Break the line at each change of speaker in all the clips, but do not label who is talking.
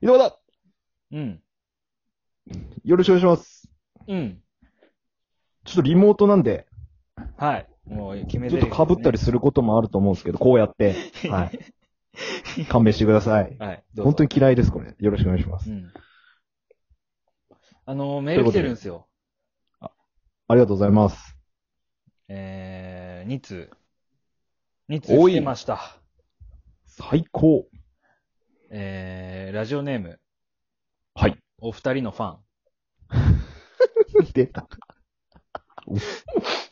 井戸端
うん。
よろしくお願いします。
うん。
ちょっとリモートなんで、
はい。もう決め
ちょ
て、
っと被ったりすることもあると思うんですけど、こうやって、 はい。勘弁してください。
はい。 どうぞ
本当に嫌いです、これ。よろしくお願いします。
うん。あの、メール来てるんですよ。
ありがとうございます。
えー、2通。2通
多い
来てました。
最 高。
えー、ラジオネーム、
はい。
お二人のファン。
出た。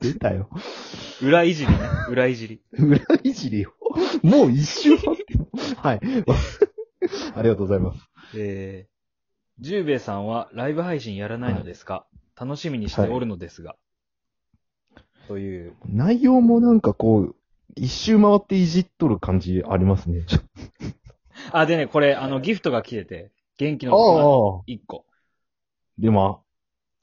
出たよ。
裏 いじりね。裏いじり。
裏いじりを。もう一周待ってよはい。 ありがとうございます。
えー、ジューベイさんはライブ配信やらないのですか、楽しみにしておるのですが。という、
内容もなんかこう、一周回っていじっとる感じありますね。ちょ
あ、でね、これ、あの、ギフトが来てて、元気の玉
ああ。
1個。
でも、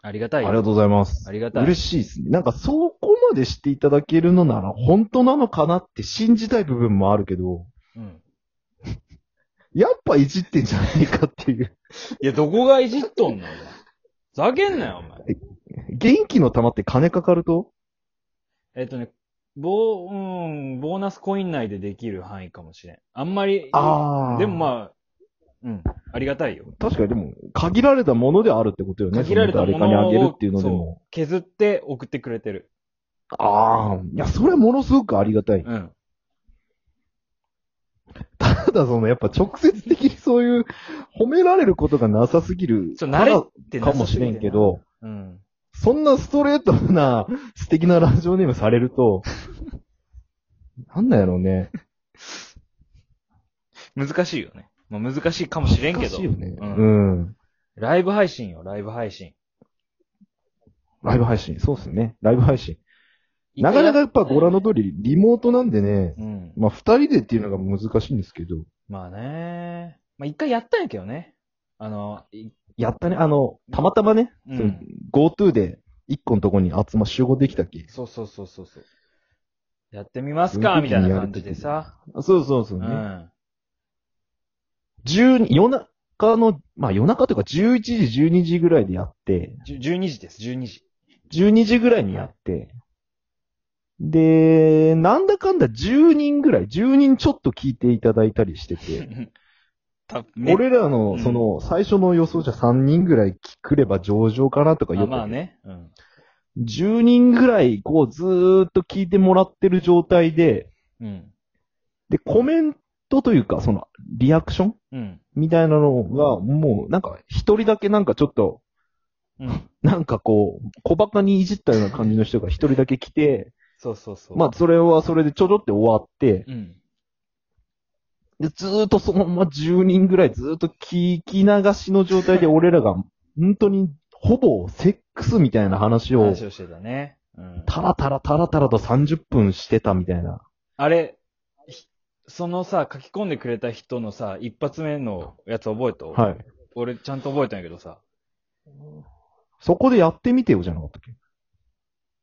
ありがた
あ
い
り
よ。
がとうございます。
ありがたい
嬉しいですね。なんかそこまでしていただけるのなら本当なのかなって信じたい部分もあるけど、
うん。
やっぱいじってんじゃないかっていう。
いや、どこがいじっとんのお前ふざけんなよ、お前。
元気の玉って金かかると
えっとね、ボー、うん、ボーナスコイン内でできる範囲かもしれん。あんまり、
ああ。
でも
あ。
まあ、うん、ありがたいよ。
確かにでも、限られたものであるってことよね。
限られたも
その誰かに
の
あげる
を
っていうのでも
そ。う削って送ってくれてる。
ああ。いや、それはものすごくありがたい。
うん。
ただその、やっぱ直接的にそういう褒められることがなさすぎる。
そう、慣れってな
か
さ
も
す
し
ぎ
れ
て
んけ。ど。
うん。
そんなストレートな 素敵なラジオネームされる と、なんなんやろうね。
難しいよね。まあ難しいかもしれんけ
難
ど
しい。よね。
う
うんん。
ライブ配信よ、ライブ配信。
ライブ配信。そうっすね。ライブ配信。なかなかやっぱご覧の通り、リモートなんでね、
うん。
まあ二人でっていうのが難しいんですけど、
まあね。まあ一回やったんやけどね。あの、い
やったね、あの、たまたまね、
うん
その GoTo で一個のとこに集ま、集合できたっけ
そうそうそうそうそう。やってみます
う
か
ん
みたいな感じでさ。
あそうそうそううね。
ん。
12夜中の、まあ夜中というか11時、12時ぐらいでやって、
じゅ12時です、12時。
12時ぐらいにやって、で、なんだかんだ10人ぐらい、10人ちょっと聞いていただいたりしてて、
たね
俺らの
う、ん
その、最初の予想じゃ3人ぐらい来れば上々かなとか言
あ
って、
まあね。うん。
10人ぐらい、こう、ずーっと聞いてもらってる状態で、
うん。
で、コメントというか、その、リアクション
うん。
みたいなのが、もう、なんか、一人だけなんかちょっと、
うん。
なんかこう、小馬鹿にいじったような感じの人が一人だけ来て、
そうそうそう。
まあ、それはそれでちょちょって終わって、
うん。
で、ずーっとそのまま10人ぐらいずーっと聞き流しの状態で俺らが、本当に、ほぼセックスみたいな話を、
話をしてたね。うん。
タラタラタラタラと30分してたみたいな。
あれ、ひそのさ、書き込んでくれた人のさ、一発目のやつ覚えと、
はい。
俺ちゃんと覚えたんやけどさ。
そこでやってみてよじゃなかったっけ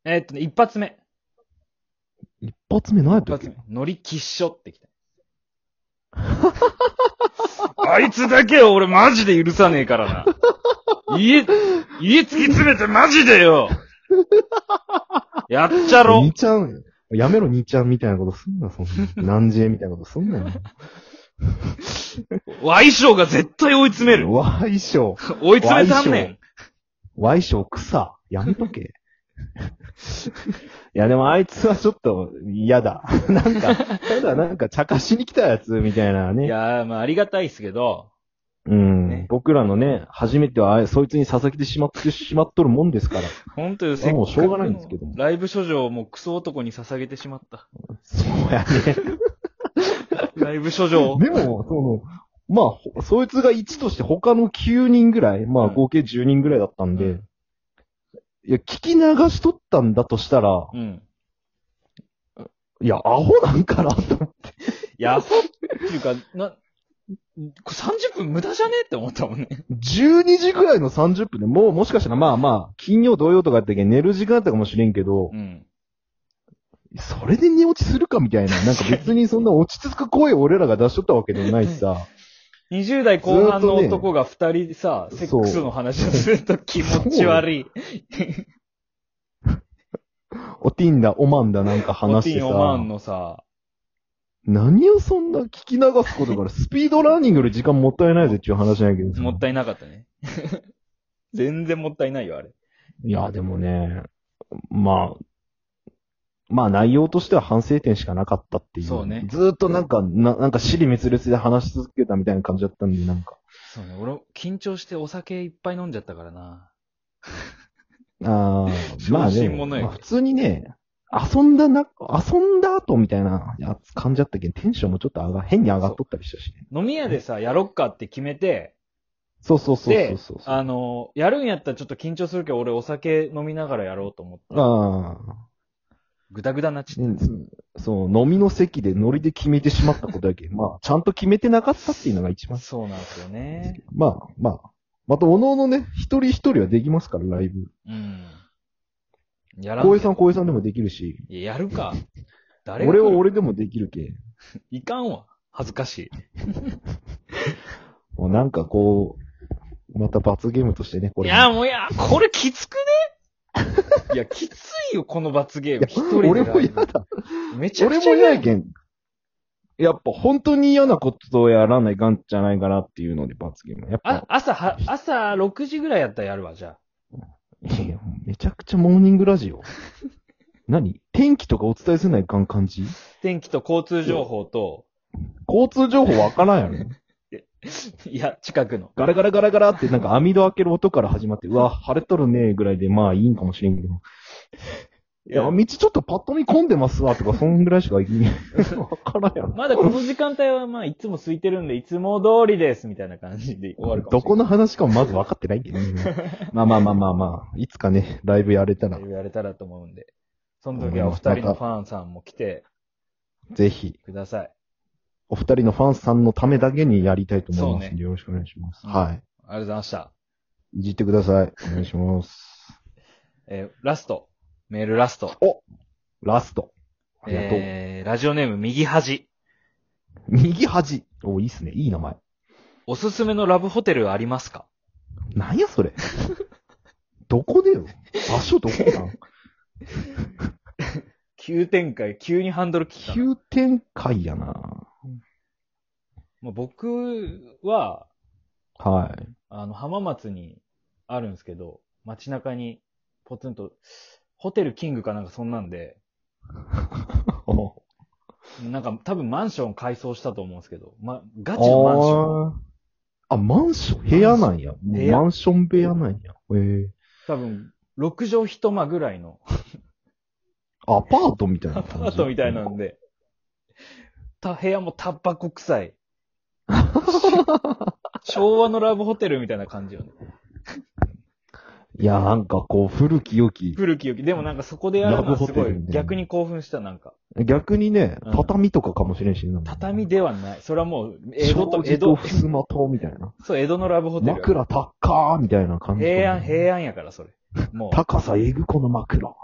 えーっとね、一発目。
一発目何やっ
一
たっけ
発目。ノリきっしょってきた。 あいつだけは俺マジで許さねえからな。家、家突き詰めてマジでよやっちゃろ
二ちゃん。やめろ、二ちゃんみたいなことすんな、そんな。何時みたいなことすんなよ。
ワイショーが絶対追い詰める
わいしょ。
追い詰めたんねん
ワイショー草。やめとけ。いや、でもあいつはちょっと嫌だ。 なんか、ただなんか茶化しに来たやつみたいないね。
やー、まあありがたいっすけど、
うん、
ね
僕らのね、初めてはあそいつに捧げてしまってしまっとるもんですから。
ほんとよ、せっかく
も
の
うしょうがないんですけども
ライブ処女をもうクソ男に捧げてしまった。
そうや ね。
ライブ処女を。
でも、その、まあほ、そいつが1として他の9人ぐらい、まあ
うん
合計10人ぐらいだったんで、
うん
いや、聞き流しとったんだとしたら、
うん。
いや、アホなんかなと思って。
いや、アホっていうか、な、これ30分無駄じゃねえって思ったもんね。
12時ぐらいの30分で、もうもしかしたらまあまあ、金曜土曜とかやったけど寝る時間だったかもしれんけど
う、ん。
それで寝落ちするかみたいな、なんか別にそんな落ち着く声を俺らが出しとったわけでもないしさ、
20代後半の男が二人さ、
ず
セ
っと
ッ
ね
クスの話をすると気持ち悪い。
おティンだ、おまんだなんか
お
話して
ィン・
さ。
オマーンのさ、
何をそんな聞き流すことから、スピードランニングより時間もったいないぜっていう話なんやけどさ
もったいなかった ね。全然もったいないよ、あれ。
いや、でもね、まあ、まあ内容としては反省点しかなかったっていう。
そうね
ずーっとなんか、ななんか尻滅裂で話し続けたみたいな感じだったんで、なんか。
そうね、俺、緊張してお酒いっぱい飲んじゃったからな。
あ あ、まあね、
小心者やけど
まあ普通にね、遊んだな、遊んだ後みたいなやつ感じだったけど、テンションもちょっと上が、変に上がっとったりしたしね。
飲み屋でさ、やろっかって決めて、
そうそうそうそ
で
うそう、そう。
あの、やるんやったらちょっと緊張するけど、俺お酒飲みながらやろうと思って、
ああ。
ぐだぐだになっちゃっ
ねそう、飲みの席でノリで決めてしまったことだけど、まあ、ちゃんと決めてなかったっていうのが一
た。
番。
そうなんですよね。
まあ、まあ。また、おのおのね、一人一人はできますから、ライブ。
うん。やらん
浩
けど
平さん、浩平さんでもできるし、
いや、やるか。誰が来
俺
る
は俺でもできるけ。
いかんわ。恥ずかしい。
もうなんかこう、また罰ゲームとしてね、こ
い
れ。
や、もういや、これきつくね いや、きついよ、この罰ゲーム。一人で。
俺も嫌だ。
めちゃ
俺
く
も
ちゃ
嫌
嫌
やけん。やっぱ本当に嫌なことをやらないかんじゃないかなっていうので、罰ゲーム。やっ
あ
ぱ、、
朝は、朝6時ぐらいやったらやるわ、じゃあ。
いやめちゃくちゃモーニングラジ オ。何天気とかお伝えせないかん感じ
天気と交通情報と、
交通情報わからんやろ。
いや、近くの。
ガラガラガラガラってなんか網戸開ける音から始まって、うわ、晴れとるねぐらいで、まあいいんかもしれんけど。いや、道ちょっとパッと見込んでますわとか、そんぐらいしか言 えんわからんやろ。
まだこの時間帯は、まあ、いつも空いてるんで、いつも通りです、みたいな感じで終わるかも
ど
しれ
こ
な
の
い。
話かもまず分かってないけどね。まあまあまあまあまあ、いつかね、ライブやれたら、
言われたらと思うんで。その時はお二人のファンさんも来て
ぜひ、
ください。
お二人のファンさんのためだけにやりたいと思いますんで、
そう
よろしくお願いします。
うん
はい。
ありがとうございました。
いじってください。お願いします。
えーラスト。メールラスト。
ラスト。ありがとう。
えー、ラジオネーム右端。
右端。お、いいっすね。いい名前。
おすすめのラブホテルありますか
なんやそれ。どこでよ。場所どこなん
急展開、 急にハンドル切ったな。
急展開やな。
まあ、僕は、
はい。
あの、浜松にあるんですけど、街中にポツンと、ホテルキングかなんかそんなんで、
お
なんか多分マンション改装したと思うんですけど、ま、ガチのマンション。
あーあ、マンション、部屋なんや。
部屋
マンション部屋なんや。へえ。
多分、6畳一間ぐらいの
アパートみたい
ア
な
パ
感じ。
ートみたいなんで、た、部屋もタバコ臭 い。昭和のラブホテルみたいな感じよね。
いや、なんかこう、古き良き。
古き良き。でもなんかそこでやるのは
ラブホ
すご
テル
い
みたいな
逆に興奮した、なんか。
逆にね
うん、
畳とかかもしれんし、なんか
畳ではない。それはもう、江戸と、
障子
江
と
戸、
襖と、みたいな。
そう、江戸のラブホテル。
枕高ーみたいな感じ。
平安、平安やか ら、それ。もう、
高さえぐこの枕。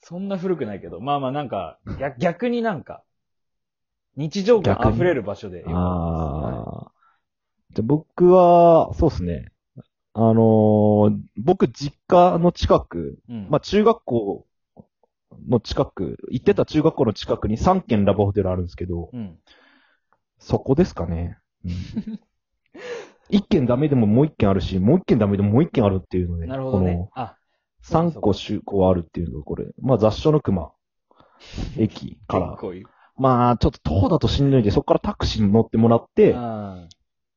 そんな古くないけど、まあまあなんか、逆逆になんか、日常感溢れる場所でよかったです。はい
ああ。じゃあ僕は、そうですね。あのー僕、実家の近く、
うん。
まあ、中学校の近く、行ってた中学校の近くに3軒ラブホテルあるんですけど、
うん。
そこですかね。1 軒ダメでももう1軒あるし、もう1軒ダメでももう1軒あるっていうので、
なるほどね
こ。
あ、
の3個就校あるっていうのがこれ、まあ、雑所の 熊、駅から
結、構いい。
まあ、ちょっと遠だとしんどいんで、そこからタクシーに乗ってもらって、
あ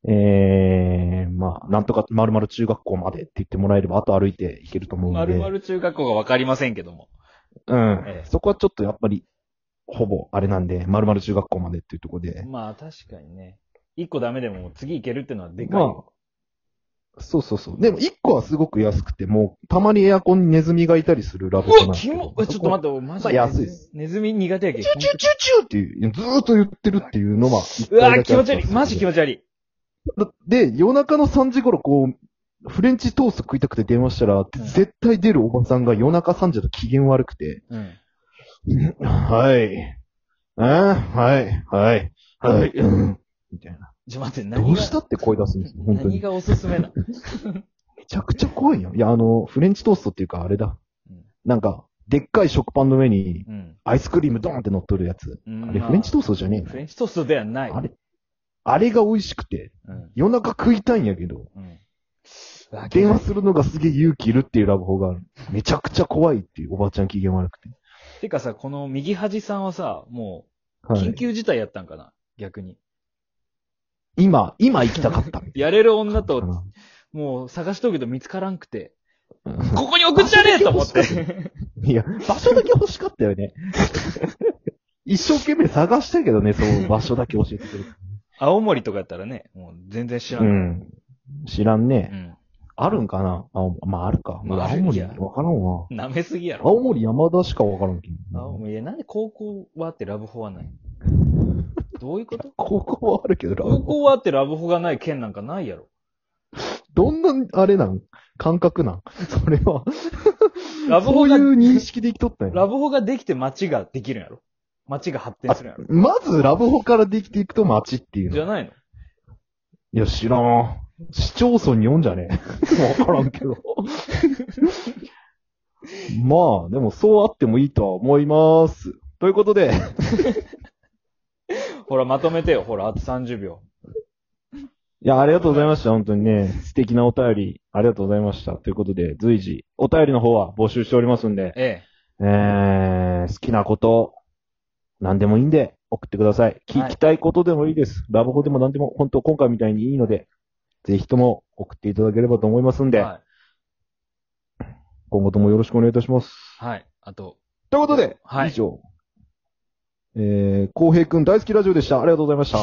ええまあ、なんとか、まるまる中学校までって言ってもらえれば、あと歩いていけると思うんで。
まるまる中学校がわかりませんけども。
うん、
ええ
そこはちょっとやっぱり、ほぼ、あれなんで、まるまる中学校までっていうところで。
まあ確かにね。一個ダメでも次行けるってのはでか
ま
いよ。
あ、そうそうそう。でも、一個はすごく安くて、もう、たまにエアコンにネズミがいたりするラブ
うわ、キモえちょっと待って、俺マジで。
まあ安いです
ネズミ苦手やけん
チュ。チュチュチュっていう、ずーっと言ってるっていうのは、
うわ、気持ち悪い。マジ気
持ち
持ち悪い。
悪い。で、夜中の3時頃、こう、フレンチトースト食いたくて電話したら、絶対出るおばさんが夜中3時だと機嫌悪くて、
うん。
はい。あはい、はい、はい、うんみたいな。
ちょ、待って、何が
どうしたって声出すんですよ、本当
何
に。
がおすすめなの
めちゃくちゃ怖いやん。いや、あの、フレンチトーストっていうか、あれだ
うん。
なんか、でっかい食パンの上に、
うん。
アイスクリームドーンって乗っとるやつ。
うん
あれ、フレンチトーストじゃねえ
フ
の
レンチトーストではない。
あれ、あれが美味しくて、
うん。
夜中食いたいんやけど、
うん。うわ
電話するのがすげえ勇気いるっていうラブホがある。めちゃくちゃ怖いっていう、おばあちゃん機嫌悪くて。
てかさ、この右端さんはさ、もう、
は
緊
い。
急事態やったんかな、逆に。
今、今行きたかったみたい
やれる女
な。
と、もう探しとくけど見つからんくて、
うん
ここに送っちゃねえと思って。
いや、場所だけ欲しかったよ ね。一生懸命探したけどね、そう、場所だけ教えてくれて。
青森とかやったらね、もう全然知ら。
うんん。知らんね。
ん。
あるんかな青まあ、あるか。まあ、
あ
青
るん
森、
や
わからんわ。
舐めすぎやろ。
青森山田しかわからんけ
青
ど。
森。いや、なんで高校はあってラブ ホはないどういうこと
高校はあるけど、ラ
高校はあってラブホがない県なんかないやろ。
どんな、あれなん感覚なん それは。
ラブ
そ
ホ
うい
が、
う認識で生きとったん
ラ
や。
ブホができて街ができるんやろ。街が発展するんやろ。
まずラブホからできていくと街っていうの。
じゃ
い
ないの
や、知らん。市町村におんじゃねえ。わ からんけ ど。まあ、でもそうあってもいいとは思います。ということで、
ほら、まとめてよ。ほら、あと30秒。
いや、ありがとうございました。本当にね、素敵なお便り、ありがとうございました。ということで、随時、お便りの方は募集しておりますんで、
え
えー、好きなこと、何でもいいんで、送ってください。聞きたいことでもいいです。ラブホでも何でも、本当今回みたいにいいので、ぜひとも送っていただければと思いますん
え。
で、
はい。
今後ともよろしくお願いいたします。
はい。あと、
ということで、
はい
以上、えー、浩平くん大好きラジオでした。ありがとうございました。